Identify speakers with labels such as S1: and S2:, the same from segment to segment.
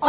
S1: 教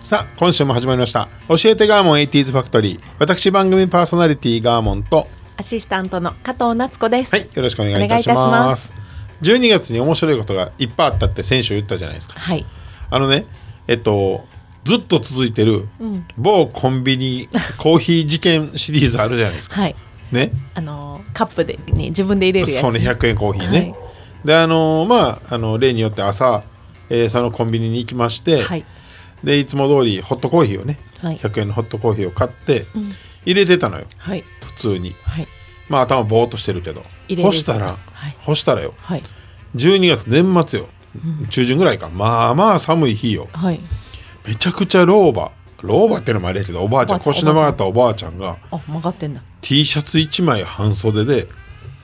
S2: さあ今週も始まりました教えてガーモン 80s ファクトリー私番組パーソナリティガーモンと
S3: アシスタントの加藤夏子です。
S2: はい、よろしくお願いいたし
S3: お願いい
S2: ま
S3: た
S2: す。12月に面白いことがいっぱいあったって先週言ったじゃないですか。
S3: はい。
S2: あのね、えっと、ずっと続いてる某コンビニコーヒー事件シリーズあるじゃないですか。
S3: はい。
S2: ね、
S3: あのーカップで、ね、自分で入れるやつ。
S2: そうね、100円コーヒーね。
S3: はい
S2: で、あのまあ、あの例によって朝、えーそのコンビニに行きまして、
S3: はい。
S2: でいつも通りホットコーヒーをね、
S3: はい
S2: 100円のホットコーヒーを買って、入れてたのよ
S3: はい。
S2: 普通に
S3: はい。
S2: まあ頭ぼーっとしてるけど
S3: 入れる
S2: 干したら、
S3: はい
S2: 干したらよ、
S3: はい。
S2: 12月年末よ、中旬ぐらいかまあまあ寒い日よ
S3: はい。
S2: めちゃくちゃ老婆老婆ってのもあれやけどおばあちゃん
S3: おばあち
S2: 腰
S3: ゃん
S2: の曲がったおばあちゃんが
S3: あ、曲がってんだ。
S2: T シャツ1枚半袖で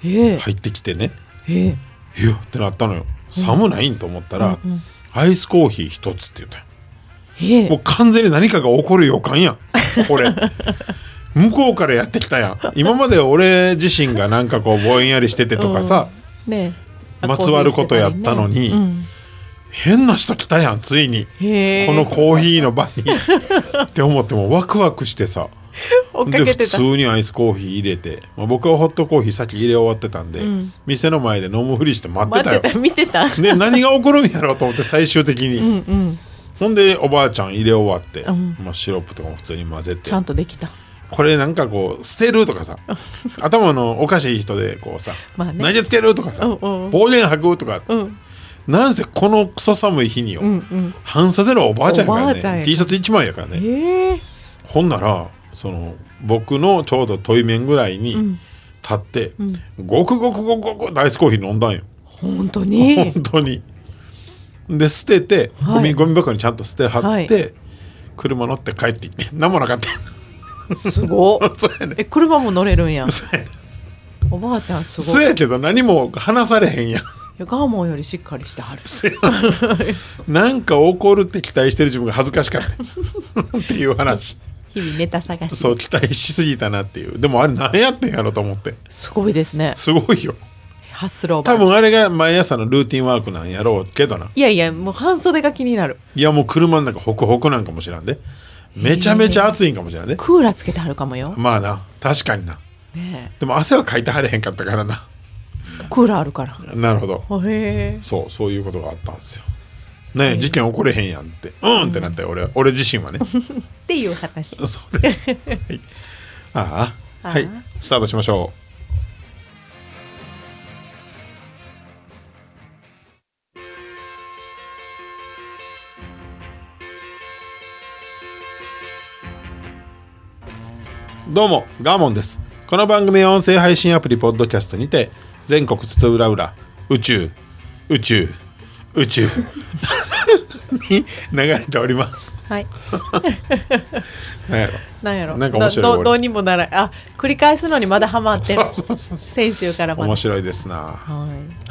S3: ええ
S2: 入ってきてね
S3: ええ
S2: ヒュッってなったのよ寒ないんと思ったら、アイスコーヒー一つって言ったよ
S3: ええ
S2: もう完全に何かが起こる予感やんこ れ向こうからやってきたやん今まで俺自身がなんかこうぼんやりしててとかさ、
S3: ねえ
S2: まつわることやったのに
S3: うん
S2: 変な人来たやんついに
S3: へえ
S2: このコーヒーの場にって思ってもワクワクしてさ
S3: 追っ
S2: で
S3: か
S2: 普
S3: けてた
S2: 通。にアイスコーヒー入れて、まあ、僕はホットコーヒー先入れ終わってたんで、店の前で飲むふりして待って
S3: 待
S2: た
S3: っ
S2: よ
S3: てた、見てた。
S2: ね、何が起こるんやろうと思って最終的に、ほんでおばあちゃん入れ終わって、まあ、シロップとかも普通に混ぜて
S3: ちゃんとできた。
S2: これなんかこう捨てるとか さ頭のおかしい人でこうさ、
S3: まあね
S2: 投げつけるとかさ、
S3: うんうん
S2: 暴言吐くとか、
S3: うん。
S2: なんせこのクソ寒い日によ、半袖のおばあちゃんやから
S3: おばあちゃんや
S2: ね
S3: から
S2: T シャツ1枚やからね
S3: ええ
S2: ほんならその僕のちょうど対面ぐらいに立って、ごくごくごくごくダイスコーヒー飲んだんよ
S3: 本当に
S2: 本。当に。で捨てて、
S3: はい
S2: ゴミゴミ箱にちゃんと捨てはって、
S3: はい
S2: 車乗って帰っていって何もなかった
S3: すごっ。
S2: そうやね
S3: え、車も乗れるんや。
S2: そうやね
S3: おばあちゃんす
S2: そ
S3: ご
S2: う
S3: い。い
S2: やけど何も話されへんやん
S3: やガーモンよりしっかりしてはる。
S2: なんか怒るって期待してる自分が恥ずかしかった っていう話
S3: 日々ネタ探し
S2: そ。う期待しすぎたなっていうでもあれ何やってんやろと思って
S3: すごいですね。
S2: すごいよ
S3: ハッスルおばあ
S2: 多
S3: ちゃん。
S2: 分あれが毎朝のルーティンワークなんやろうけどない
S3: やいや、もう半袖が気になる。
S2: いやもう車の中ホクホクなんかもしらんでめちゃめちゃ暑いんかもしらんで、
S3: クーラーつけてはるかもよ。
S2: まあな確かにな
S3: ね
S2: でも汗はかいてはれへんかったからな
S3: えクーラーあるから。
S2: なるほど
S3: へえ。
S2: そうそういうことがあったんですよねえ事件起これへんやんってうんってなったよ俺俺自身はね
S3: っていう話。
S2: そうです。はい、ああ、
S3: ああ
S2: はい、スタートしましょう。どうも、ガーモンです。この番組は音声配信アプリポッドキャストにて、全国津々浦々、宇宙、宇宙、宇宙 に流れております。
S3: はい。
S2: なんやろ
S3: なんやろ。
S2: なんか面白い
S3: ど
S2: これ
S3: どどうにもならあ、繰り返すのにまだハマってる
S2: そうそうそう。
S3: 先週からまだ。
S2: 面
S3: は
S2: 白いですな。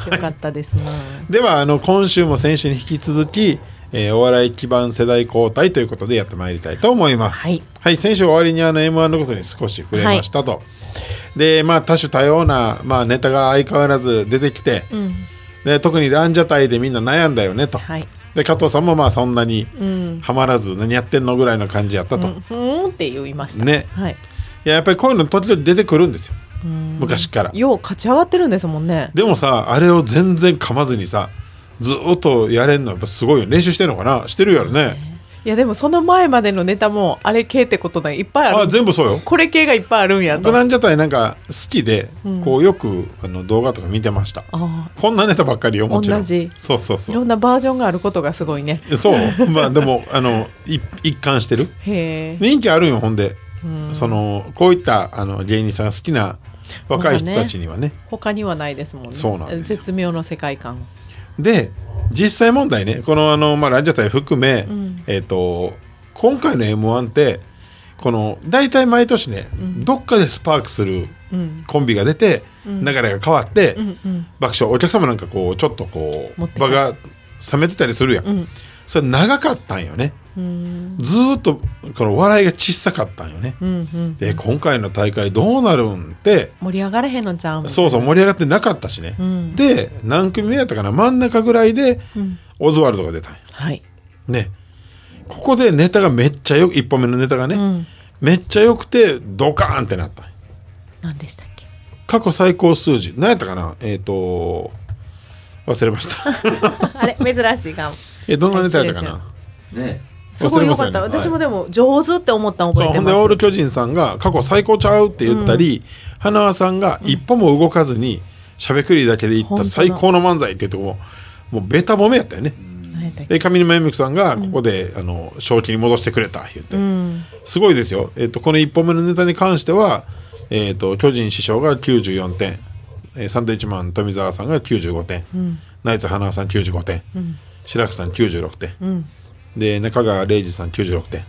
S3: い。よかったですね。
S2: ではあの今週も先週に引き続き、えーお笑い基盤世代交代ということでやってまいりたいと思います。
S3: はい、
S2: 先週終わりにあの M1 のことに少し触れましたと。でまあ多種多様な、まあ、ネタが相変わらず出てきて、で特にランジャタイでみんな悩んだよねと。
S3: はい
S2: で加藤さんもまあそんなにハマらず、何やってんのぐらいの感じやったと。い
S3: ふーんって言いました。
S2: ね
S3: はい。
S2: ややっぱりこういうの時々出てくるんですよ昔から。
S3: よう勝ち上がってるんですもんね。
S2: でもさあれを全然噛まずにさずっとやれんのやっぱすごいよ練習してるのかなしてるやろね
S3: いやでもその前までのネタもあれ系ってことないいっぱいあ
S2: あ
S3: る。
S2: 全部そうよ
S3: これ系がいっぱいあるんや
S2: 僕
S3: と。あ
S2: なんじゃたいなんか好きで、こうよくあの動画とか見てました
S3: あ
S2: こんなネタばっかりよもちろん
S3: 同じ
S2: そうそう
S3: ー。い
S2: そ
S3: ろんなバージョンがあることがすごいね。
S2: うそうまあでもあのい一貫してる
S3: へえ。
S2: 人気あるんよほんでそのこういったあの芸人さんが好きな若い人たちにはね
S3: 他にはないですもんね
S2: そうなんですよ
S3: 絶妙の世界観
S2: で実際問題ねこのあの、まあ、ラジオ体含め、えっと今回の m 1ってこの大体毎年ね、どっかでスパークするコンビが出て、流れが変わって、爆笑お客様なんかこうちょっとこ
S3: 持って
S2: う
S3: 帰
S2: 場が冷めてたりするやん、それ長かったんよね、ずーっとこの笑いが小さかったんよね、で今回の大会どうなるんって
S3: 盛り上がれへんのちゃうん
S2: そうそう盛り上がってなかったしね、で何組目やったかな真ん中ぐらいで、オズワルドが出たんや
S3: はい
S2: ねここでネタがめっちゃよく1本目のネタがね、めっちゃ良くてドカーンってなったんや
S3: 何でしたっけ
S2: 過去最高数字何やったかなえっ、と忘れました
S3: あれ珍しいが
S2: えどんなネタや ったかな
S4: ね
S3: すごいよかった、
S2: 忘れましたね
S3: 私もでも上手って思ったの覚
S2: そう
S3: え
S2: ほ
S3: て
S2: んで
S3: ま
S2: オー
S3: す
S2: ル巨人さんが過去最高ちゃうって言ったり、花輪さんが一歩も動かずにしゃべくりだけでいっ
S3: 本当
S2: た
S3: だ
S2: 最高の漫才っていうとこももうベタ褒めやったよね、
S3: 何やったっけ
S2: で上沼恵美子さんがここで、あの正気に戻してくれた言って、すごいですよ、えっとこの1本目のネタに関しては、えっと巨人師匠が94点、えーサンドウィッチマン富澤さんが95点、ナイツ花輪さん95点、白木さん96点、で中川玲二さん96点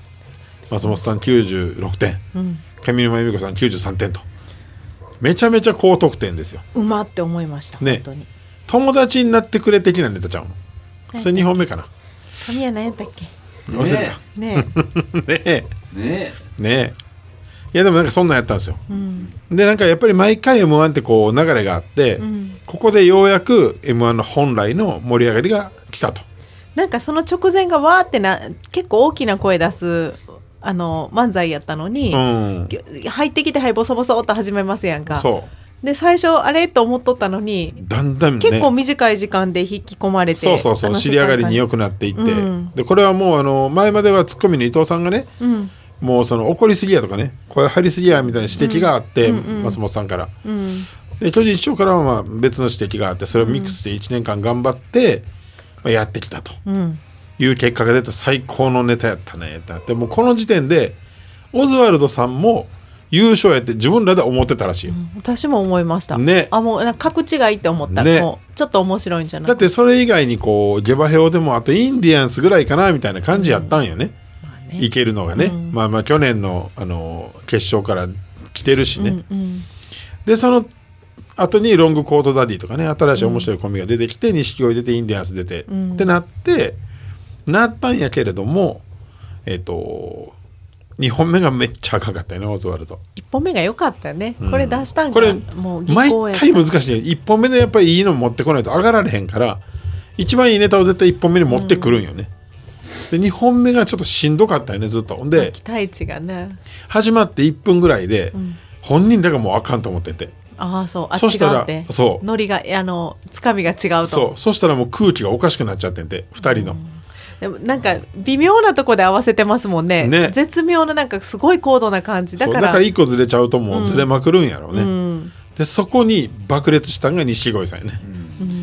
S2: 松本さん96点、上沼恵美子さん93点とめちゃめちゃ高得点ですよ
S3: うまって思いました、
S2: ね
S3: 本当に
S2: 友達になってくれ的なネタちゃうのそれ2本目かな
S3: 神谷何やったっけ
S2: 忘れた、
S3: ね
S2: ね
S3: え
S2: え
S4: ね
S2: ねえいやでもなんかそんなんやったんですよ、でなんかやっぱり毎回 m 1ってこう流れがあって、ここでようやく m 1の本来の盛り上がりが来たと
S3: なんかその直前がわーってな結構大きな声出すあの漫才やったのに、
S2: うん
S3: ぎゅ入ってきてはいボソボソっと始めますやんか
S2: そ
S3: で最初あれと思っとったのに
S2: うだんだんね
S3: 結構短い時間で引き込まれて、
S2: そうそうそう
S3: 楽し
S2: 知
S3: い
S2: り上がり
S3: 感
S2: に
S3: じ
S2: 良くなっていって、
S3: うん
S2: でこれはもうあの前まではツッコミの伊藤さんがね、
S3: うん
S2: もうその怒りすぎやとかね声張りすぎやみたいな指摘があって、松本さんから、
S3: うん
S2: で巨人師匠からはまあ別の指摘があってそれをミックスで1年間頑張って、まあ、やってきたと。
S3: うん
S2: いう結果が出た最高のネタやったねってなってもうこの時点でオズワルドさんも優勝やって自分らで思ってたらしいよ、
S3: 私も思いました
S2: ね
S3: あもうなんか格違いって思った、
S2: ね
S3: もうちょっと面白いんじゃない
S2: だってそれ以外にこう下馬評でもあとインディアンスぐらいかなみたいな感じやったんよね,、いけるのがね、まあまあ去年のあの決勝から来てるしね、
S3: うん
S2: でその後にロングコートダディとかね新しい面白いコンビが出てきて錦鯉出てインディアンス出て、ってなってなったんやけれどもえっ、と2本目がめっちゃ赤かったよねオズワルド
S3: 一本目が良かったね、これ出したんか
S2: これ
S3: もう技
S2: 毎
S3: 巧やった
S2: 回難しいね1本目でやっぱりいいの持ってこないと上がられへんから一番いいネタを絶対1本目に持ってくるんよね、で2本目がちょっとしんどかったよねずっとほんで
S3: 期待値がね
S2: 始まって1分ぐらいで、本人らがもうあかんと思ってて
S3: ああそうあ
S2: そしたら
S3: 違うって
S2: そう
S3: ノリがあのつかみが違うと
S2: そうそしたらもう空気がおかしくなっちゃってんて2人の、
S3: でもなんか微妙なとこで合わせてますもんね
S2: ね
S3: 絶妙ななんかすごい高度な感じだ
S2: そう
S3: か
S2: だ
S3: ら
S2: から一個ずれちゃうともうずれまくるんやろうね、でそこに爆裂したんが錦鯉さんやね、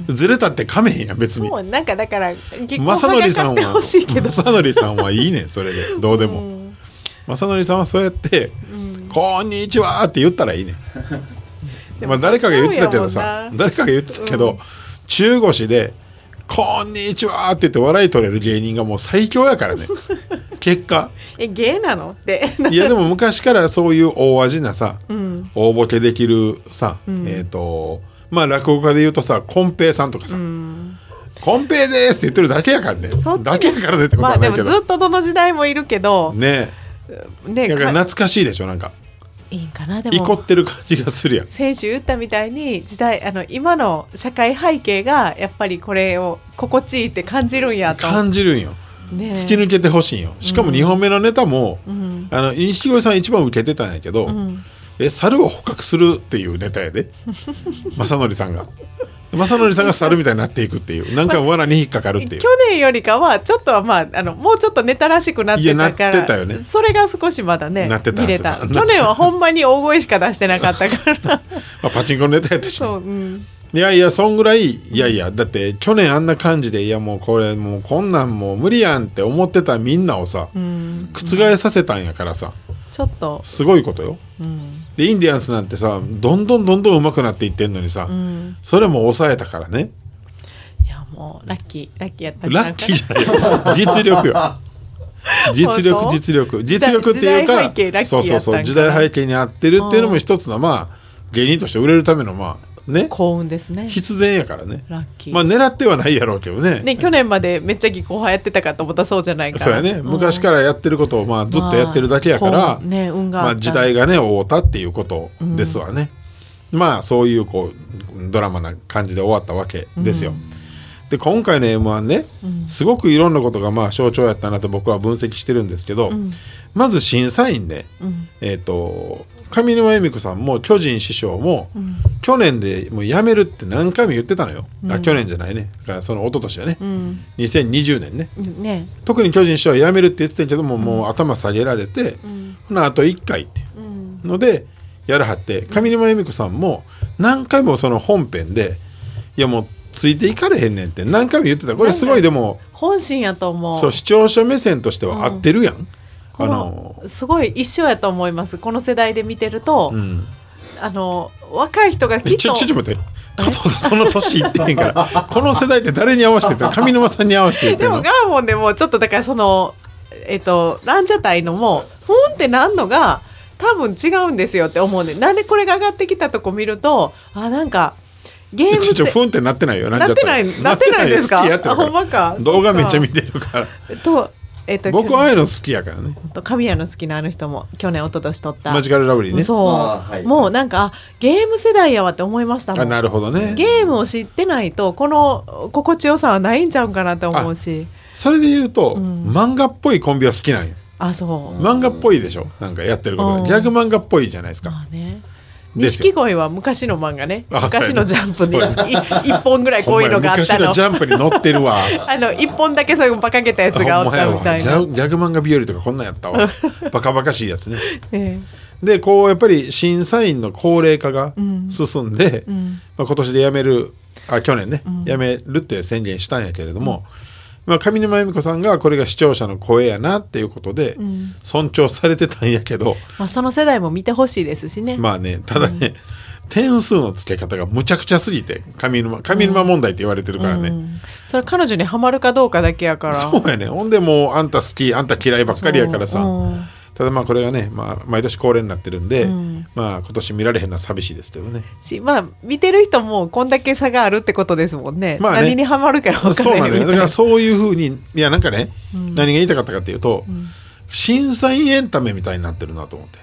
S2: ずれたってかめへんやん別に
S3: そうなんかだから結構
S2: 正則さ
S3: 早
S2: ん
S3: って
S2: は
S3: ほしいけど
S2: 正則さんはいいねんそれでどうでも、正則さんはそうやって「こんにちは」って言ったらいいねんまあ誰かが言ってたけどさ誰かが言ってたけど、中腰で「こんにちは」って言って笑い取れる芸人がもう最強やから ね結果
S3: え芸なのって
S2: いやでも昔からそういう大味なさ、大ボケできるさ、えっ、とまあ落語家で言うとさこん平さんとかさ「こん平です」って言ってるだけやからね
S3: そっち
S2: だけやからねってこと
S3: ま
S2: は
S3: あ
S2: な
S3: で
S2: い
S3: も
S2: けど、
S3: ずっとどの時代もいるけど
S2: ね
S3: ね
S2: えだから
S3: か
S2: 懐かしいでしょなんか
S3: いいんかなで
S2: いこ
S3: も
S2: ってる感じがするやん
S3: 先週言ったみたいに時代あの今の社会背景がやっぱりこれを心地いいって感じるんやと、
S2: 感じるんよ
S3: ねえ、
S2: 突き抜けてほしいんよしかも2本目のネタも、あの錦鯉さん一番受けてたんやけど、え猿を捕獲するっていうネタや で正則さんが正則さんが猿みたいになっていくっていうなんか罠に引っかかるっていう
S3: 去年よりかはちょっとはまああのもうちょっとネタらしくなってたから
S2: いやなってたよね
S3: それが少しまだね
S2: なってた
S3: 見れた
S2: なってた
S3: 去年はほんまに大声しか出してなかったから
S2: まあ、パチンコのネタやったし
S3: そう、うん、
S2: いやいやそんぐらいいやいやだって去年あんな感じでいやもうこれもうこんなんもう無理やんって思ってたみんなをさ覆させたんやからさ
S3: ちょっと、
S2: すごいことよ
S3: うん
S2: でインディアンスなんてさどんどんどんどん上手くなっていってんのにさ、
S3: うん、
S2: それも抑えたからね
S3: いやもうラッキーラッキーやったんじゃな
S2: ラッ
S3: いか
S2: キー
S3: な
S2: じゃないよ実力 よ実力
S3: 本当
S2: 実力
S3: 時
S2: 実
S3: 代
S2: 力っていうか
S3: 時代背景ラッキー
S2: そうそうそ
S3: や
S2: う
S3: った
S2: 時
S3: んかな
S2: 代背景に合ってるっていうのも一つのまあ芸人として売れるためのまあね
S3: 幸運ですね
S2: 必然やからね
S3: ラッキー、
S2: まあ狙ってはないやろうけどね
S3: ね去年までめっちゃ技巧派やってたかと思ったらそうじゃないから
S2: そうやね昔からやってることをまあずっとやってるだけやから、
S3: まあこうね運があ
S2: ま
S3: った
S2: あ、時代がね覆ったっていうことですわね、まあそういうこうドラマな感じで終わったわけですよ、で今回の m 1ね、すごくいろんなことがまあ象徴やったなと僕は分析してるんですけど、まず審査員ね、
S3: うん
S2: えっ、と上沼恵美子さんも巨人師匠も、去年でもう辞めるって何回も言ってたのよ、あ去年じゃないねだからその一昨年だね、
S3: うん
S2: 2020年ね
S3: ね
S2: 特に巨人師匠は辞めるって言ってたけども、もう頭下げられて、ほなあと1回って
S3: うん
S2: のでやるはって上沼恵美子さんも何回もその本編でいやもうついていかれへんねんって何回も言ってたこれすごいでも
S3: 本心やと思う
S2: そう視聴者目線としては合ってるやん、
S3: こ
S2: あ
S3: の
S2: の
S3: すごい一緒やと思いますこの世代で見てると、
S2: うん
S3: あの若い人が
S2: えち
S3: き
S2: ょ
S3: っ
S2: ちょ
S3: と
S2: ちょっと待って加藤さんその年いってへんから この世代って誰に合わせて言ってる上沼さんに合わせて言って
S3: で
S2: る
S3: も
S2: の
S3: ガーモンでもちょっとだからそのえっとランジャタイのもふんってなんのが多分違うんですよって思うねなんでこれが上がってきたとこ見るとあなんかゲー
S2: え
S3: ム
S2: ちょちょ
S3: せ
S2: ふんってなってないよ
S3: なってないなってないですか
S2: 好きやってるら
S3: あほんまか
S2: 動画めっちゃ見
S3: そ
S2: てるから
S3: っかとえっと
S2: 僕はああいうの好きやからね
S3: 去年神谷の好きなあの人も去年一昨年撮った
S2: マジカルラブリーね
S3: そう、
S4: あーはい
S3: もうなんかあゲーム世代やわって思いましたも
S2: あ
S3: ん
S2: なるほどね
S3: ゲームを知ってないとこの心地よさはないんちゃうかなって思うし
S2: それで言うと、
S3: うん
S2: 漫画っぽいコンビは好きなんよ
S3: あそう、
S2: 漫画っぽいでしょなんかやってること
S3: う
S2: が
S3: ん
S2: ギャグ漫画っぽいじゃないですか
S3: まあね
S2: ですよ
S3: 錦鯉は昔の漫画ね
S2: あ
S3: 昔のジャンプ
S2: そうやね
S3: にい一本ぐらいこういうのがあっ
S2: ほんま
S3: た
S2: や昔
S3: の
S2: のジャンプに乗ってる わ
S3: あの一本だけそういうバカげたやつがあったみたい
S2: ほ
S3: なん
S2: まやわギャグギャグ漫画日和とかこんなんやった わバカバカしいやつね
S3: ね
S2: でこうやっぱり審査員の高齢化が
S3: うん
S2: 進んで、
S3: うん
S2: まあ、今年で辞めるあ去年ね、辞めるって宣言したんやけれども、まあ、上沼恵美子さんがこれが視聴者の声やなっていうことで、
S3: ん
S2: 尊重されてたんやけど
S3: まあ、その世代も見てほしいですしね、
S2: まあねただね、点数の付け方がむちゃくちゃすぎて上沼上沼問題って言われてるからね、
S3: うんそれ彼女にはまるかどうかだけやから
S2: そうやねほんでもうあんた好きあんた嫌いばっかりやからさ、
S3: そううん
S2: ただまあこれがね、まあ、毎年恒例になってるんで、
S3: ん
S2: まあ今年見られへんのは寂しいですけどね
S3: しまあ見てる人もこんだけ差があるってことですもんね,、
S2: まあね
S3: 何にはまるか分か
S2: そう
S3: ら
S2: な
S3: ない
S2: の
S3: み
S2: よだ
S3: たい
S2: か
S3: な
S2: らそういうふうにいやなんかね、何が言いたかったかっていうと、審査員エンタメみたいになってるなと思って、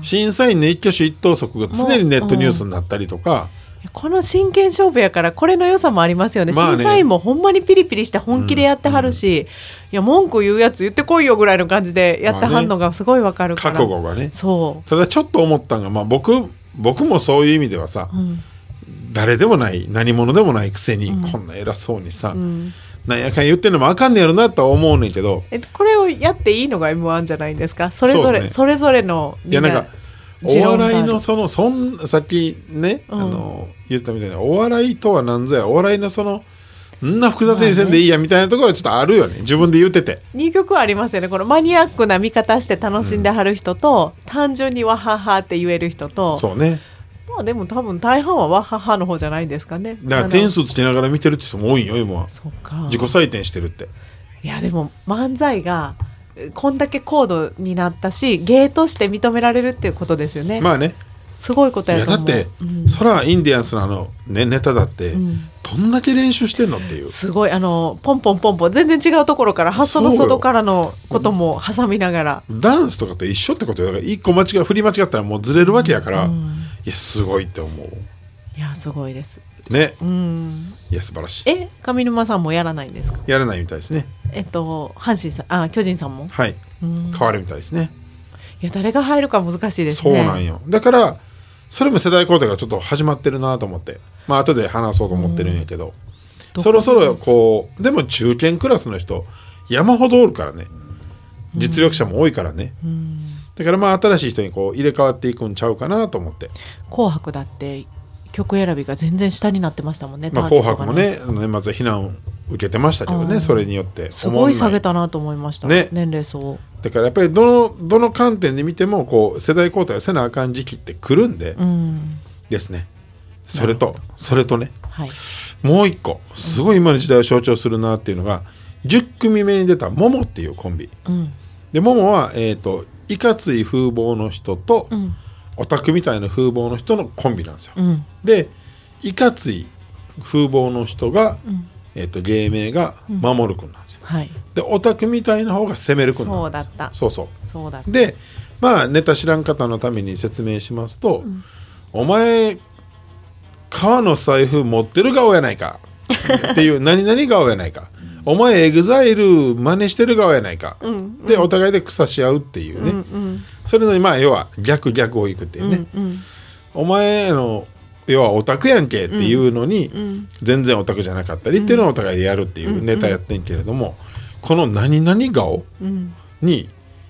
S2: 審査員の一挙手一投足が常にネットニュースになったりとか、
S3: この真剣勝負やからこれの良さもありますよね,、
S2: まあね
S3: 審査員もほんまにピリピリして本気でやってはるし、いや文句言うやつ言ってこいよぐらいの感じでやってはんのがすごいわかるから、
S2: 覚悟がね
S3: そ
S2: ただちょっと思ったのが、まあ、僕僕もそういう意味ではさ、
S3: う、うん
S2: 誰でもない何者でもないくせに、こんな偉そうにさ、
S3: うん、
S2: なんやかん言ってんのもあかんねやろなとは思うねんけど
S3: えこれをやっていいのが m 1じゃないんですかそれぞ
S2: そう
S3: れ
S2: ですね
S3: それぞれのみ
S2: いやなんかお
S3: 持論がある
S2: 笑いのそのそんさっきね、
S3: うん
S2: あの言ったみたいなお笑いとは何ぞやお笑いのそのんな複雑にせんでいいやみたいなところはちょっとあるよね自分で言ってて
S3: 2曲ありますよねこのマニアックな見方して楽しんではる人と、単純にわははって言える人と
S2: そうね
S3: まあでも多分大半はわははの方じゃないんですかね
S2: だか
S3: あ
S2: ら
S3: の
S2: 点数つけながら見てるって人も多いんよ今は
S3: そうか
S2: 自己採点してるって
S3: いやでも漫才がえこんだけ高度になったし芸として認められるっていうことですよね、
S2: まあね
S3: すごいこと
S2: い
S3: や
S2: や
S3: と
S2: だ
S3: 思
S2: っ
S3: う
S2: て、
S3: うん
S2: そらインディアンスのあの、ね、ネタだって、
S3: ん
S2: どんだけ練習してんのっていう
S3: すごいあのポンポンポンポン全然違うところから発想の
S2: そうよ
S3: 外からのことも挟みながら
S2: ダンスとかと一緒ってことよだから一個間違い振り間違ったらもうずれるわけやから、
S3: うん
S2: いやすごいって思う
S3: いやすごいです
S2: ね
S3: うん
S2: いや素晴らしい
S3: え上沼さんもやらないんですか
S2: やらないみたいですね
S3: えっと阪神さんあ巨人さんも
S2: はい変わるみたいですね
S3: いや誰が入るか難しいです
S2: そう
S3: ね
S2: なんよだからそれも世代交代がちょっと始まってるなと思ってまあ後で話そうと思ってるんやけど、
S3: うん
S2: そろそろこうでも中堅クラスの人山ほどおるからね実力者も多いからね、だからまあ新しい人にこう入れ替わっていくんちゃうかなと思って、
S3: 紅白だって曲選びが全然下になってましたもんね
S2: まあ、
S3: ターゲ
S2: 紅
S3: ット
S2: 白
S3: が
S2: もね年末避難受けてましたけど
S3: あー
S2: ねそれによって
S3: すごい下げ
S2: た
S3: たなと思いました、
S2: ね
S3: 年齢層
S2: だからやっぱりどのどの観点で見てもこう世代交代をせなあかん時期って来るんで
S3: うん
S2: ですね、それとそれとね
S3: はい
S2: もう一個すごい今の時代を象徴するなっていうのが10組目に出た「モモっていうコンビ
S3: うん
S2: でモモは、えー、といかつい風貌の人と、
S3: うん
S2: オタクみたいな風貌の人のコンビなんですよ、
S3: うん
S2: でいかつい風貌の人が、
S3: ん
S2: えー、と芸名が守る君なんですよ、
S3: はい
S2: でオタクみたいな方が攻める君なんですよ
S3: そうだった
S2: そうそう
S3: そうだ
S2: でまあネタ知らん方のために説明しますと「お前川の財布持ってる顔やないか」っていう「 何々顔やないか」「お前エグザイル真似してる顔やないか」でお互いで草し合うっていうね、それのまあ要は逆逆をいくっていうね、お前あの要はオタクやんけっていうのに、全然オタクじゃなかったりっていうのをお互いでやるっていうネタやってんけれども、この「何々顔」に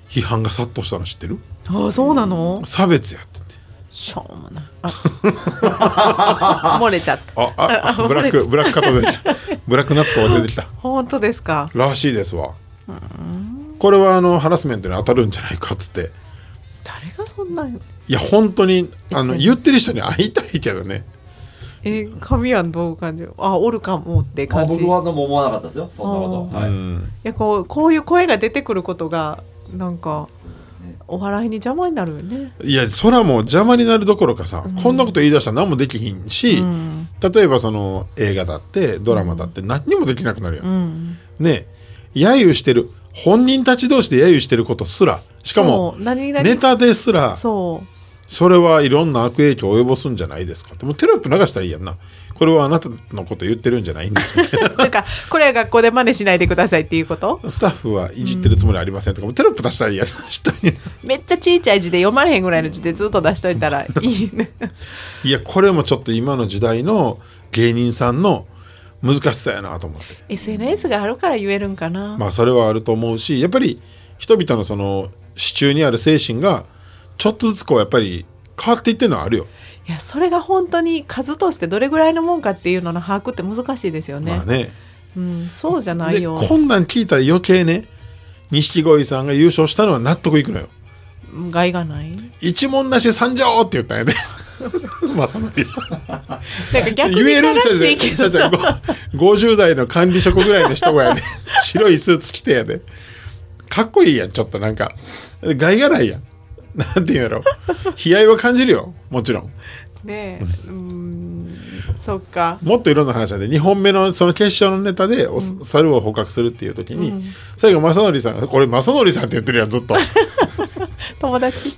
S2: 批判が殺到したの知ってる
S3: ああそうなの
S2: 差別やってて
S3: しょうもないあ 漏れちゃった
S2: ああブラックブラックカット出てきた ブラック夏子が出てきた
S3: 本当ですから
S2: しいですわこれはあのハラスメントに当たるんじゃないかっつって
S3: 誰がそんない
S2: や本当にあの
S3: SNS
S2: 言ってる人に会いたいけどね
S3: え神はどう感じるあおるかもって
S4: まあ
S3: 感じ
S4: 僕はでも思わなかったですよそんなこ
S2: う
S4: とはい
S2: ん
S3: いやこうこういう声が出てくることがなんかお笑いに邪魔になるよね。
S2: いやそらもう邪魔になるどころかさ、こんなこと言い出したら何もできひんし、
S3: ん
S2: 例えばその映画だってドラマだって何にもできなくなるやん、
S3: うん、
S2: ねえ揶揄してる本人たち同士で揶揄してることすらしかも
S3: そう何々
S2: ネタですら
S3: そ
S2: それはいろんな悪影響を及ぼすんじゃないですかってもうテロップ流したらいいやんなこれはあなたのこと言ってるんじゃないん ですみたいな
S3: うなんかこれは学校で真似しないでくださいっていうこと
S2: スタッフはいじってるつもりありませんとかもうテロップ出したらいいやん下に
S3: めっちゃちいちゃい字で読まれへんぐらいの字でずっと出しといたらいい ね
S2: いやこれもちょっと今の時代の芸人さんの難しさやなと思って
S3: SNS があるから言えるんかな、
S2: まあそれはあると思うしやっぱり人々のその支柱にある精神がちょっとずつこうやっぱり変わっていってるのはあるよ、
S3: いやそれが本当に数としてどれぐらいのもんかっていうのの把握って難しいですよね,、
S2: まあね
S3: うん、そうじゃない
S2: で
S3: よ
S2: こんなん聞いたら余計ね錦鯉さんが優勝したのは納得いくのよ
S3: 害がない
S2: 一文なし参上って言ったんやね。 まさ のりさん。
S3: なんか逆に
S2: 言える
S3: 悲
S2: んちゃう
S3: し
S2: で
S3: いけ
S2: ちゃう
S3: ど
S2: ちゃうご50代の管理職ぐらいの人がや で、白いスーツ着てやで。かっこいいやん、ちょっとなんか。害がないやん。なんていうんやろ。悲哀は感じるよ、もちろん。
S3: ねえうんそっか
S2: もっといろんな話なんで、2本目のその決勝のネタでお、猿を捕獲するっていう時に、最後、まさのりさんが、これ、まさのりさんって言ってるやん、ずっと。好
S3: 友達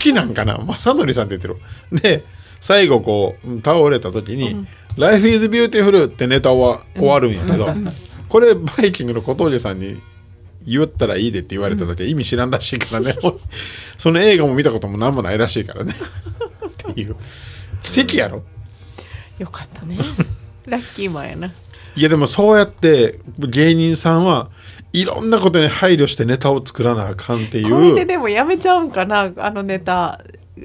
S2: きなんかな、まさのりさんって言ってる。で、最後、こう、うん倒れた時に、Life is beautiful ってネタは終わるんやけど、これ、バイキングの小峠さんに言ったらいいでって言われただけ、意味知らんらしいからね、 もうその映画も見たこともなんもないらしいからね。 っていう。奇跡やろ。
S3: よかった ねラッキーマンやない
S2: やでもそうやって芸人さんはいろんなことに配慮してネタを作らなあかんってい
S3: これ
S2: う
S3: ででもやめちゃうんかなあのネタ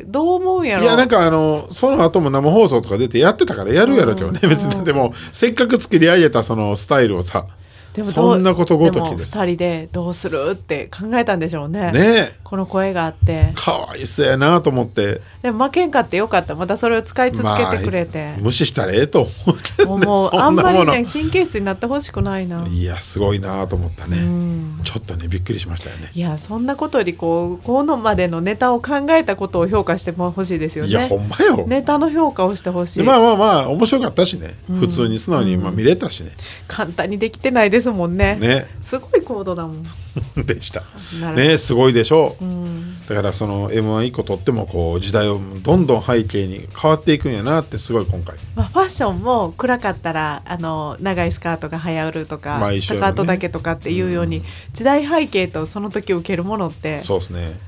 S3: どう思うんやろ
S2: いやなんかあのその後も生放送とか出てやってたからやるやろけどね、別にでもせっかく作り上げたそのスタイルをさ
S3: でもどう
S2: そんなことごとき
S3: も
S2: です
S3: 2人でどうするって考えたんでしょう
S2: ね
S3: ね
S2: え
S3: この声があって
S2: かわいそうやなと思って
S3: でも負けんかってよかったまたそれを使い続けてくれて
S2: まあ、無視したらええと思うけどね
S3: 思うあ
S2: そん
S3: ん
S2: な
S3: ま
S2: も
S3: り
S2: の、
S3: ね神経質になってほしくないない
S2: やすごいなと思ったね、
S3: うん
S2: ちょっとねびっくりしましたよね
S3: いやそんなことよりこうこのまでのネタを考えたことを評価してほしいですよね
S2: いやほんまよ、
S3: ネタの評価をしてほしい、
S2: でまあまあまあ面白かったしね、普通に素直にまあ見れたしね、
S3: 簡単にできてないですもんね
S2: ね
S3: すごい高度だもん
S2: でした
S3: なるほど
S2: ねすごいでしょう、だからその m 1以降とってもこう時代をどんどん背景に変わっていくんやなってすごい今回
S3: まあ、ファッションも暗かったらあの長いスカートが流行るとか、
S2: まあ一
S3: ス
S2: 緒やろね
S3: カートだけとかっていうように、時代背景とその時受けるものって
S2: そうですね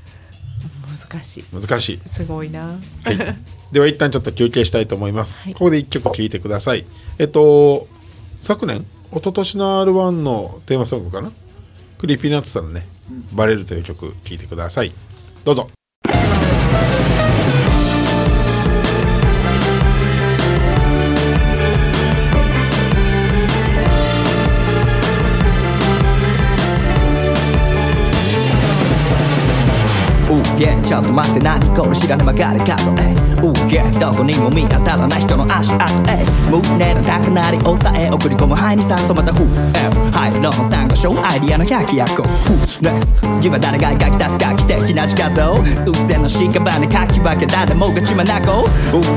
S3: 難しい
S2: 難しい、
S3: すごいな
S2: はい、 では一旦ちょっと休憩したいと思います、
S3: はい
S2: ここで一曲聴いてくださいえっと昨年一昨年の r 1のテーマソングかなクリーピーナッツさんのね「バレる」という曲聴いてくださいどうぞ
S5: 「うげちょっと待って何これ知らぬ曲がり角えうげどこにも見当たらない人の足跡え胸の高鳴り抑え送り込む肺に酸素またふうえハイローの参考書アイディアの百0 0ふうスネックス次は誰が書き出すか奇的な近さを数千の屍かき分け誰もが血まなこ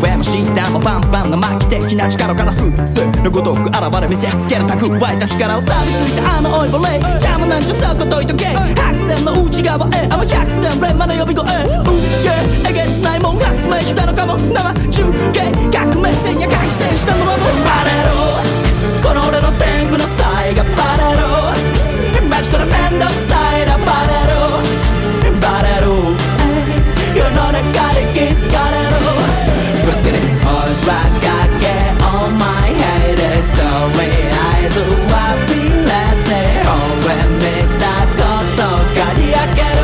S5: 上も下もパンパンの巻き的な力からスースーのごとく現れ見せつける蓄えた力を錆びついたあの老いぼれ邪魔なんじゃそこどいとけ白線の内側へあわ百戦錬磨の呼び声うんげえげつないもん発明したのかも生中継革命戦や覚醒したのはもうバレろこの俺の天賦の才がバレろマジこれ面倒くさいなバレろバレろ世の中で気づかれろ Let's get it Always rock I get on my head is story eyes What we let me hold when me たことがり上げる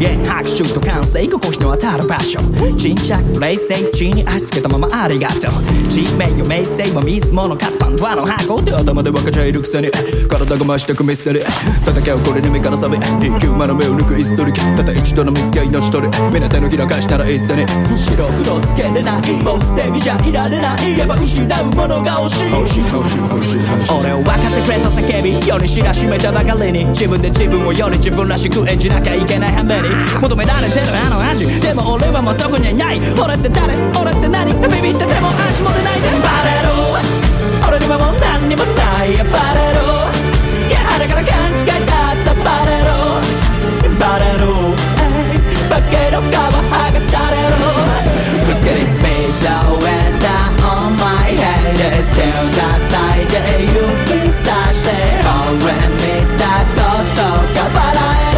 S5: Yeah 拍手と歓声ここ日の当たる場所沈着冷静地に足つけたままありがとう地名よ名声も水物かつパンファの箱って頭で分かちゃいるくせに体が増してくミステリー叩けをこれに目から覚め一級馬の目を抜くイストリただ一度のミスが命取り目の手のひら返したら一緒に白黒つけれないもう捨て身じゃいられないやっぱ失うものが欲しい欲しい欲しい欲しい欲しい俺を分かってくれと叫び世に知らしめたばかりに自分で自分をより自分らしく演じなきゃいけないはめに求められてるあの味でも俺はもうそこにはいない俺って誰俺って何ビビってても足も出ないでバレろ俺にはもう何にもないやバレろいやあれから勘違いだったバレろバレろ化けの皮剥がされろぶつけに目覚えた on my head 手を叩いて指さして俺見たことが笑える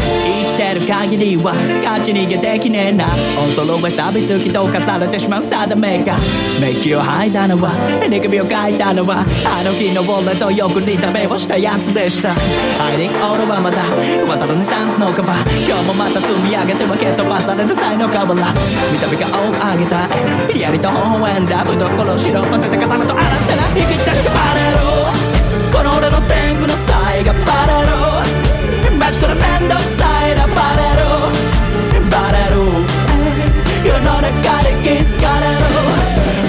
S5: 生きてる限りは勝ち逃げできねえな衰え錆びつきと化されてしまう定めがメッキを剥いだのは手首をかいたのはあの日の俺とよく似た目をしたやつでした I think 俺はまだ渡るネサンスのカバー今日もまた積み上げては蹴飛ばされる才能かわら見た目顔を上げたいリアリと微笑んだ懐を白っぱせた刀と洗ってな引き出してバレろこの俺の天賦の才がバレろマジこれ面倒くさいなバレろバレろ世の中で気づかれろ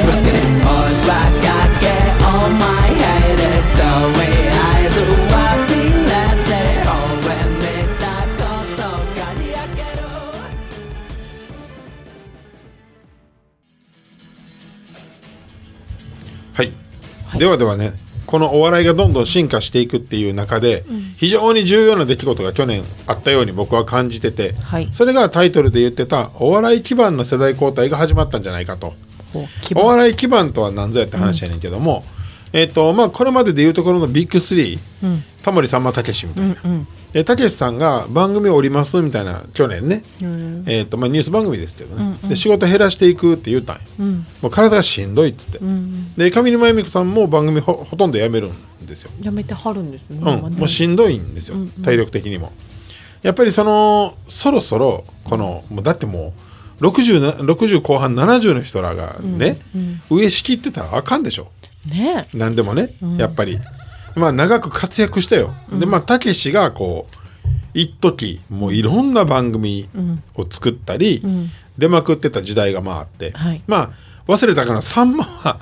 S5: ぶつけに俺はかけ on my head is the way I do I feel that day 俺見たことがり上げる
S2: はい、ではではねこのお笑いがどんどん進化していくっていう中で、非常に重要な出来事が去年あったように僕は感じてて、
S3: はい
S2: それがタイトルで言ってたお笑い基盤の世代交代が始まったんじゃないかと
S3: お基
S2: お
S3: 盤
S2: 笑い基盤とは何ぞやって話やねんけども、えっ、とまあこれまででいうところのビッグ3、タモリさんまたけしみたいなでたけしさんが番組を降りますみたいな去年ね、えっとまあ、ニュース番組ですけどね、で仕事減らしていくって言ったんや、もう体がしんどいっつって、で上沼恵美子さんも番組ほほとんどやめるんですよ
S3: やめてはるんです
S2: うん、
S3: ね。今ね
S2: もうしんどいんですよ、体力的にもやっぱりそのそろそろこのもうだってもう 60, な60後半70の人らがね、上仕切ってたらあかんでしょ
S3: ねえ
S2: 何でもね、やっぱりまあ長く活躍したよ、でまあたけしがこう一時もういろんな番組を作ったり、出まくってた時代がまああって、
S3: はい
S2: まあ忘れたからさんまは、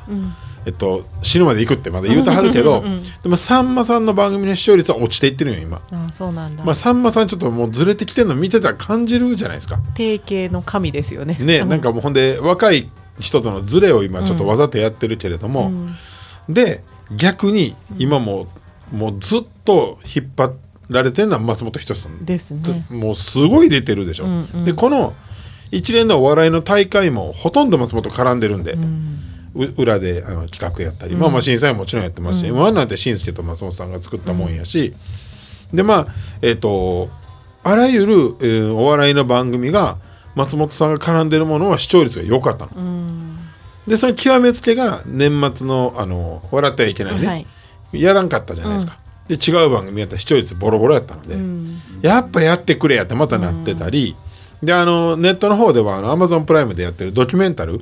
S2: えっと、死ぬまで行くってまだ言うてはるけど、でもさんまさんの番組の視聴率は落ちていってるんよ今、
S3: ああそうなんだ。
S2: まあ、さんまさんちょっともうずれてきてるの見てたら感じるじゃないですか
S3: 定型の神ですよね。
S2: ねなんかもうほんで若い人とのズレを今ちょっとわざとやってるけれども、で逆に今もうもうずっと引っ張られてるのは松本人志さん
S3: ですね。
S2: もうすごい出てるでしょ、でこの一連のお笑いの大会もほとんど松本絡んでるんで、う裏であの企画やったり、まあまあ審査員ももちろんやってますし、m 1なんて紳助と松本さんが作ったもんやし、でまあえっ、とあらゆる、えーお笑いの番組が松本さんが絡んでるものは視聴率が良かったの。でその極めつけが年末の「あの笑ってはいけないね」
S3: はい
S2: やらんかったじゃないですか、で違う番組やったら視聴率ボロボロやったので、やっぱやってくれやってまたなってたり、であのネットの方ではあの Amazon プライムでやってるドキュメンタル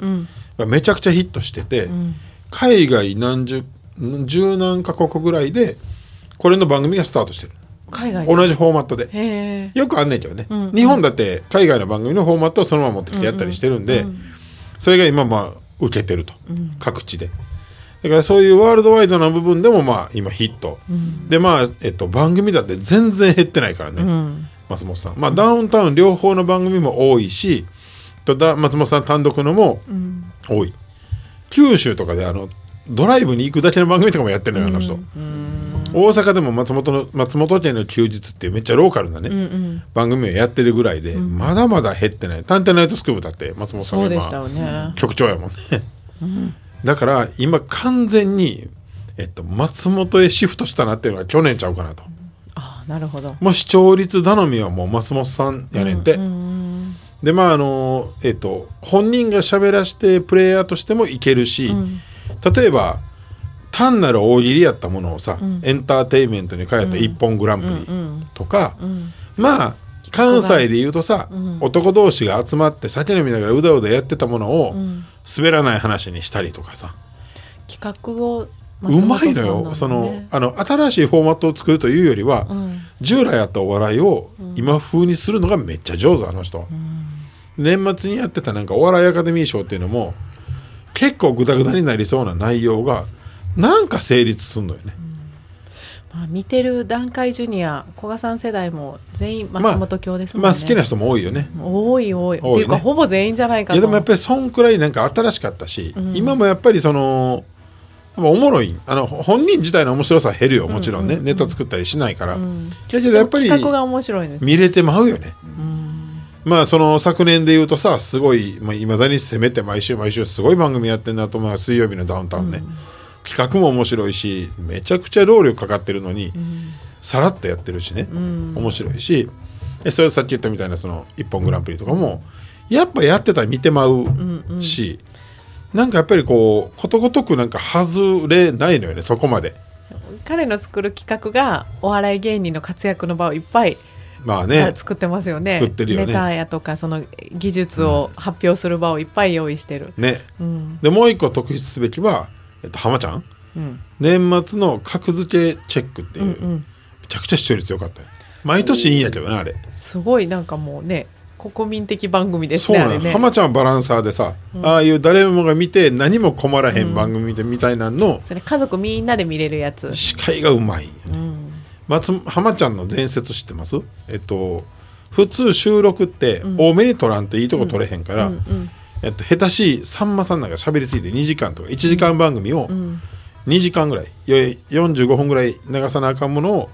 S2: がめちゃくちゃヒットしてて、海外何十十何カ国ぐらいでこれの番組がスタートしてる
S3: 海外で
S2: 同じフォーマットで
S3: へえ
S2: よくあんねんけどね、日本だって海外の番組のフォーマットをそのまま持ってきてやったりしてるんで、それが今まあ受けてると、各地でだからそういうワールドワイドな部分でもまあ今ヒット、でまあ、えっと、番組だって全然減ってないからね、松本さんまあダウンタウン両方の番組も多いしとだ松本さん単独のも多い、九州とかであのドライブに行くだけの番組とかもやってるのよあの人、大阪でも松本の松本県の休日っていうめっちゃローカルなね、番組をやってるぐらいで、まだまだ減ってない「探偵ナイトスクープ」だって松本さん
S3: そう
S2: が
S3: でした
S2: 今、
S3: よね
S2: 局長やもんね、だから今完全に、えっと、松本へシフトしたなっていうのが去年ちゃうかなと
S3: あなるほど
S2: もう視聴率頼みはもう松本さんやねんて、でまああのえっと本人が喋らしてプレイヤーとしてもいけるし、例えば単なる大喜利やったものをさ、エンターテインメントに変えた「一本グランプリ」とか、まあ関西で言うとさ、男同士が集まって酒飲みながらうだうだやってたものを、滑らない話にしたりとかさ、
S3: 企画を
S2: うまいのよそのあの新しいフォーマットを作るというよりは、従来あったお笑いを今風にするのがめっちゃ上手あの人、年末にやってたなんかお笑いアカデミー賞っていうのも結構グダグダになりそうな内容がなんか成立すんのよね、
S3: まあ、見てる段階ジュニア古賀さん世代も全員松本教ですもんね、
S2: まあ好きな人も多いよね、
S3: 多い多い
S2: 多いね
S3: っていうかほぼ全員じゃないか
S2: い
S3: と
S2: やでもやっぱりそんくらいなんか新しかったし、今もやっぱりそのまあおもろいあの本人自体の面白さは減るよもちろんね、ネタ作ったりしないから、だけどやっぱり
S3: 企画が面白いんです
S2: 見れてまうよね。まあその昨年で言うとさすごいまあ、未だに攻めて毎週毎週すごい番組やってんなと思う水曜日のダウンタウンね、企画も面白いしめちゃくちゃ労力かかってるのに、さらっとやってるしね、面白いしえそれさっき言ったみたいなその「一本グランプリ」とかもやっぱやってたら見てまうし、なんかやっぱりこうことごとくなんか外れないのよねそこまで。
S3: 彼の作る企画がお笑い芸人の活躍の場をいっぱい
S2: まあね
S3: 作ってますよね
S2: 作ってるよね
S3: ネタやとかその技術を発表する場をいっぱい用意してる、
S2: ね、でもう一個特筆すべきは、えっと、浜ちゃん、年末の格付けチェックっていう、めちゃくちゃ視聴率良かったよ毎年いいんやけどなあれ
S3: すごいなんかもうね国民的番組です
S2: そうな
S3: ねあ
S2: の
S3: れ
S2: よ、
S3: ね
S2: 浜ちゃんはバランサーでさ、ああいう誰もが見て何も困らへん番組でみたいなの、
S3: それ家族みんなで見れるやつ
S2: 司会がうまいんよね、松浜ちゃんの伝説知ってますえっと普通収録って多めに撮らんといいとこ撮れへんから、えっと、下手しいさんまさんなんか喋りすぎて2時間とか1時間番組を2時間ぐらいよ45分ぐらい流さなあかんものを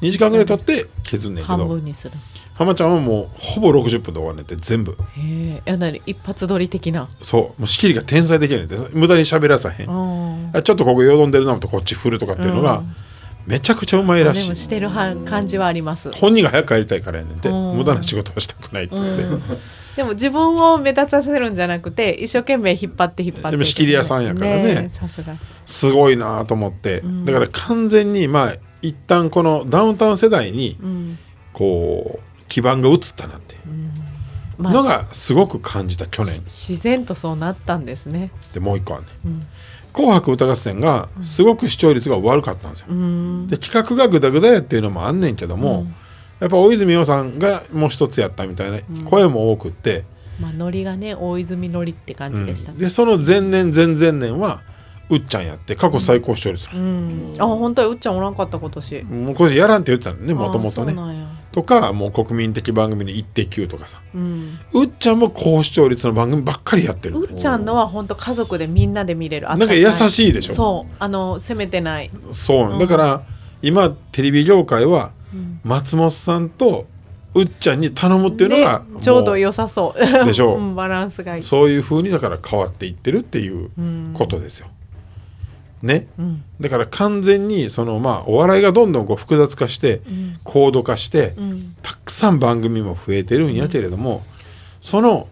S2: 2時間ぐらい撮って削んねんけ
S3: 半
S2: ど
S3: 分にする
S2: 浜ちゃんはもうほぼ60分で終わんねんって全部
S3: へえいやなに一発撮り的な
S2: そうもう仕切りが天才できるねんって無駄に喋らさへん
S3: うん
S2: あちょっとここよどんでるなとこっち振るとかっていうのがめちゃくちゃうまい
S3: で
S2: ら
S3: も
S2: しい
S3: してるは感じはあります
S2: 本人が早く帰りたいからやねんて無駄な仕事はしたくないって言って、
S3: でも自分を目立たせるんじゃなくて一生懸命引っ張って引っ張って
S2: でも仕切り屋さんやからね
S3: えさすが
S2: すごいなと思って、だから完全にまあ一旦このダウンタウン世代にこう基盤が移ったなっていう
S3: ま
S2: の
S3: あ
S2: がすごく感じた去年
S3: し自然とそうなったんですね
S2: でもう一個あるね、紅白歌合戦」がすごく視聴率が悪かったんですよ、で企画がグダグダやっていうのもあんねんけども、やっぱ大泉洋さんがもう一つやったみたいな声も多くって、
S3: まあノリがね大泉ノリって感じでした、
S2: でその前年前々年はうっちゃんやって過去最高視聴率なの、
S3: あ本当はうっちゃんおらんかった今年
S2: もうこれやらんって言ってたのねもとも
S3: あ
S2: と
S3: ーそ
S2: ね
S3: うなんや
S2: とかもう国民的番組の「イッテ Q!」とかさ、うっちゃんも高視聴率の番組ばっかりやってる
S3: うっちゃんのは本当家族でみんなで見れるあ
S2: なんか優しいでしょ
S3: そうあの責めてない
S2: そう、だから今テレビ業界は松本さんとうっちゃんに頼むっていうのが
S3: でちょうど
S2: よ
S3: 良さ そう
S2: でしょうん
S3: バランスがいい
S2: そういう風にだから変わっていってるっていうことですよ。ね、だから完全にそのまあお笑いがどんどんこう複雑化して、高度化して、たくさん番組も増えてるんやけれども、その、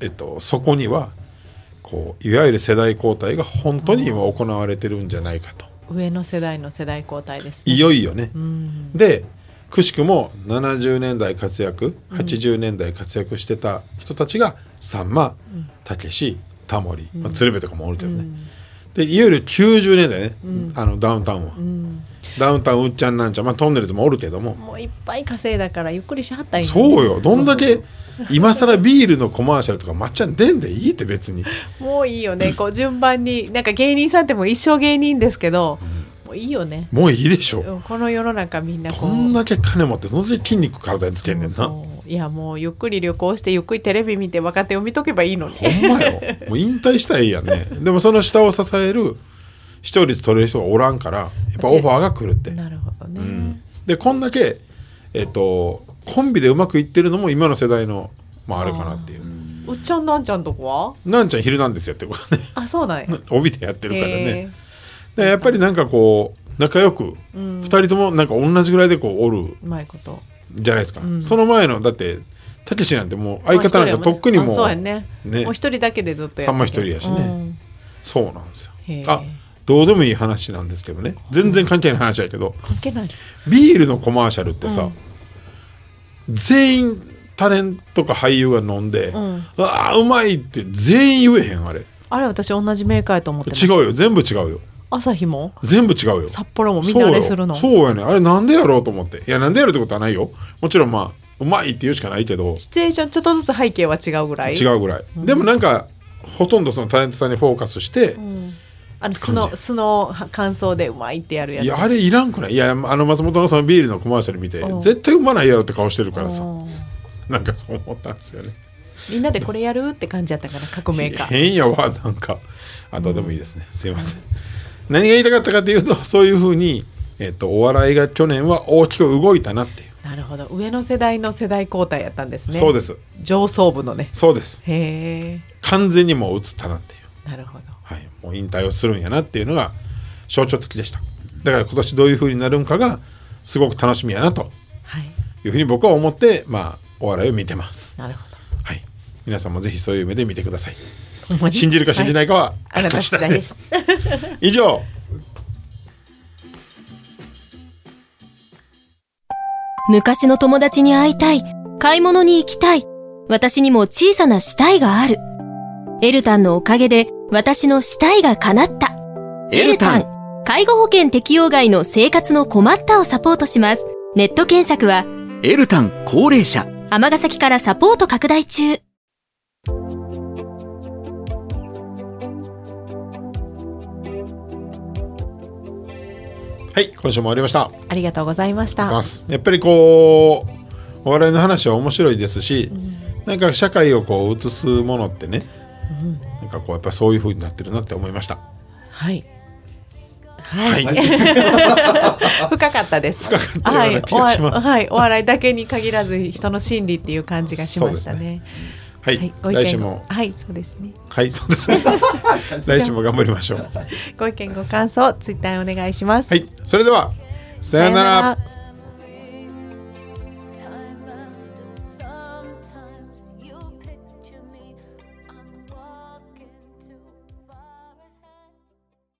S2: えっと、そこにはこういわゆる世代交代が本当に今行われてるんじゃないかと。
S3: 上の世代の世代交代ですね、
S2: いよいよね。でくしくも70年代活躍80年代活躍してた人たちがさんまたけしタモリ、まあ、鶴瓶とかもおるけどね、でいわゆる90年代ね、あのダウンタウンは、ダウンタウンうっちゃんなんちゃん、まあ、トンネルズもおるけども
S3: もういっぱい稼いだからゆっくりしはったんや
S2: そうよどんだけ今更ビールのコマーシャルとか抹茶出んでいいって別に
S3: もういいよねこう順番になんか芸人さんってもう一生芸人ですけどもういいよね
S2: もういいでしょ
S3: うんこの世の中みんなこ
S2: ど
S3: うん
S2: だけ金持ってどんだけ筋肉体につけんねんな
S3: そうそういやもうゆっくり旅行してゆっくりテレビ見て若手を見とけばいいのに
S2: ほんま よもう引退したらいいやんねでもその下を支える視聴率取れる人がおらんからやっぱオファーが来るって
S3: なるほどね、
S2: でこんだけえっとコンビでうまくいってるのも今の世代のまああれかなっていう
S3: うっちゃんなんちゃんとこは
S2: なんちゃん「昼なんですよ」ってことね
S3: あそうなんや
S2: 帯でやってるから
S3: へ
S2: ね
S3: ー
S2: でやっぱりなんかこう仲良く2人ともなんか同じぐらいでこうおる
S3: うまいこと
S2: じゃないですか、その前のだってたけしなんてもう相方なんかとっくにも
S3: あ
S2: う
S3: そうやね
S2: ね
S3: もう一人だけでずっとや
S2: さんま一人やしね
S3: うん
S2: そうなんですよ
S3: へえ
S2: あどうでもいい話なんですけどね全然関係ない話やけど
S3: 関係ない
S2: ビールのコマーシャルってさ、全員タレントか俳優が飲んで、
S3: ん
S2: ああうまいって全員言えへんあれ
S3: あれ私同じメーカーやと思ってま
S2: 違
S3: す
S2: うよ全部違うよ
S3: 朝日も
S2: 全部違うよ
S3: 札幌もみんなあれするの
S2: そうよそうやねあれなんでやろうと思っていやなんでやるってことはないよもちろんまあうまいって言うしかないけど
S3: シチュエーションちょっとずつ背景は違うぐらい
S2: 違うぐらい、でもなんかほとんどそのタレントさんにフォーカスして、
S3: あの素の素の感想でうまいってやるやつ
S2: いやあれいらんくないいやあの松本のそのビールのコマーシャル見て
S3: うん
S2: 絶対うまないやろって顔してるからさ
S3: うん
S2: なんかそう思ったんですよね
S3: みんなでこれやるって感じやったから各メーカー
S2: 変やわなんかあどうでもいいですね、すいません何が言いたかったかというとそういうふうに、えっとお笑いが去年は大きく動いたなっていう、
S3: なるほど上の世代の世代交代やったんですね
S2: そうです
S3: 上層部のね
S2: そうです
S3: へえ
S2: 完全にもう移ったなっていう
S3: なるほど
S2: はい、もう引退をするんやなっていうのが象徴的でしただから今年どういうふうになるんかがすごく楽しみやなと
S3: はい
S2: いうふうに僕は思ってまあお笑いを見てます
S3: なるほど
S2: はい皆さんもぜひそういう目で見てください
S3: ほんま に
S2: 信じるか信じないかは、
S3: あなた次第 です
S2: 以上
S6: 昔の友達に会いたい。買い物に行きたい。私にも小さな死体がある。エルタンのおかげで私の死体が叶った。
S5: エルタン
S6: ン。介護保険適用外の生活の困ったをサポートします。ネット検索は
S5: エルタン高齢者
S6: 尼崎からサポート拡大中。
S2: はい今週も終わりました
S3: ありがとうございまし
S2: いま
S3: た
S2: すやっぱりこうお笑いの話は面白いですし、なんか社会をこう映すものってね、なんかこうやっぱそういうふうになってるなって思いました
S3: はいはい、
S2: はい
S3: 深かったです。深
S2: かったような気がします
S3: はい、お笑いはいお笑いだけに限らず人の心理っていう感じがしましたね。
S2: はい、
S3: ご意
S2: 来週
S3: 見
S2: も
S3: ごはい、そうですね。
S2: はいそうです ね来週も頑張りましょう
S3: ご意見ご感想ツイッターお願いします。
S2: はい、それでは、さようなら。
S3: ら。